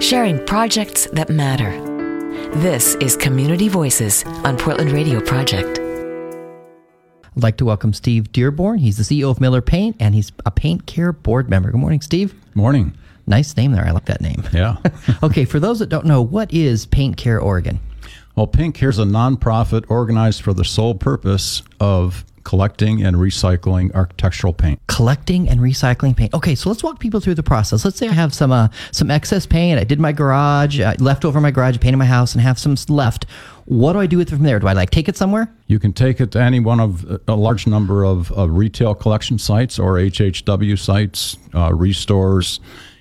sharing projects that matter. This is Community Voices on Portland Radio Project. I'd like to welcome Steve Dearborn. He's the CEO of Miller Paint and he's a paint care board member. Good morning, Steve. Morning. Nice name there. I like that name. Yeah. okay, for those that don't know, what is Paint Care Oregon? Well, Pink here's a nonprofit organized for the sole purpose of collecting and recycling architectural paint. Collecting and recycling paint. Okay, so let's walk people through the process. Let's say I have some uh, some excess paint. I did my garage, I left over my garage, painted my house, and have some left. What do I do with it from there? Do I like take it somewhere? You can take it to any one of a large number of, of retail collection sites or HHW sites, uh, restores.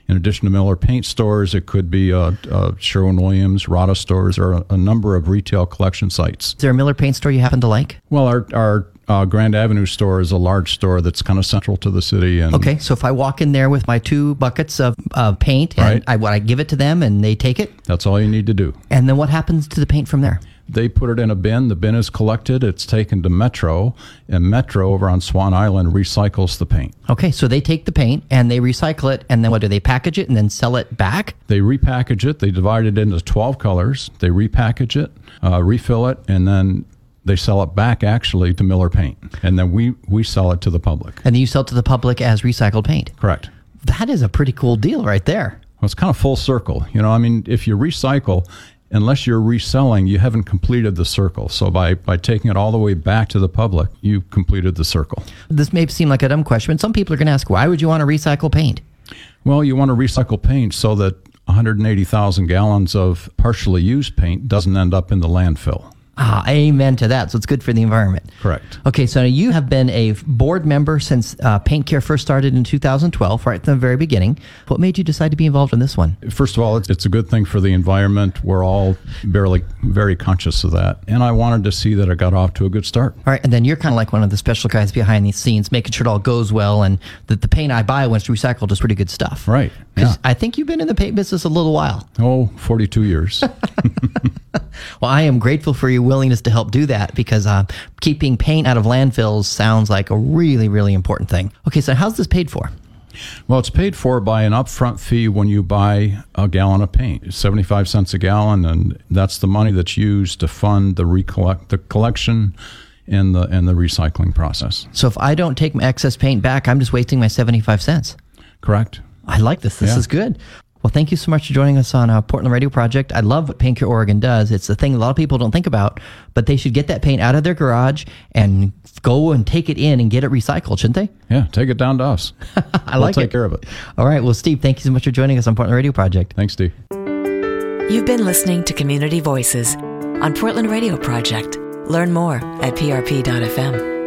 In addition to Miller paint stores, it could be uh, uh, Sherwin Williams, Rada stores, or a, a number of retail collection sites. Is there a Miller paint store you happen to like? Well, our, our uh, Grand Avenue store is a large store that's kind of central to the city. And Okay, so if I walk in there with my two buckets of uh, paint and Right. I, what, I give it to them and they take it, that's all you need to do. and then what happens to the paint from there? They put it in a bin. The bin is collected. It's taken to Metro, and Metro over on Swan Island recycles the paint. Okay, so they take the paint and they recycle it, and then what do they package it and then sell it back? They repackage it. They divide it into 12 colors. They repackage it, uh, refill it, and then they sell it back actually to Miller Paint. And then we, we sell it to the public. And then you sell it to the public as recycled paint. Correct. That is a pretty cool deal right there. Well, it's kind of full circle. You know, I mean, if you recycle, unless you're reselling, you haven't completed the circle. So by, by taking it all the way back to the public, you've completed the circle. This may seem like a dumb question, but some people are going to ask, why would you want to recycle paint? Well, you want to recycle paint so that 180,000 gallons of partially used paint doesn't end up in the landfill. Ah, amen to that. So it's good for the environment. Correct. Okay, so you have been a board member since uh, Paint Care first started in 2012, right at the very beginning. What made you decide to be involved in this one? First of all, it's, it's a good thing for the environment. We're all barely very conscious of that. And I wanted to see that it got off to a good start. All right, and then you're kind of like one of the special guys behind the scenes, making sure it all goes well and that the paint I buy when it's recycled is pretty good stuff. Right. 'Cause I think you've been in the paint business a little while. Oh, 42 years. Well, I am grateful for your willingness to help do that because uh, keeping paint out of landfills sounds like a really, really important thing. Okay, so how's this paid for? Well, it's paid for by an upfront fee when you buy a gallon of paint. It's 75 cents a gallon and that's the money that's used to fund the recollect the collection and the and the recycling process. So if I don't take my excess paint back, I'm just wasting my 75 cents. Correct? I like this. This Yeah. is good. Well, thank you so much for joining us on uh, Portland Radio Project. I love what Paint Your Oregon does. It's the thing a lot of people don't think about, but they should get that paint out of their garage and go and take it in and get it recycled, shouldn't they? Yeah, take it down to us. I we'll like take it. care of it. All right. Well, Steve, thank you so much for joining us on Portland Radio Project. Thanks, Steve. You've been listening to Community Voices on Portland Radio Project. Learn more at prp.fm.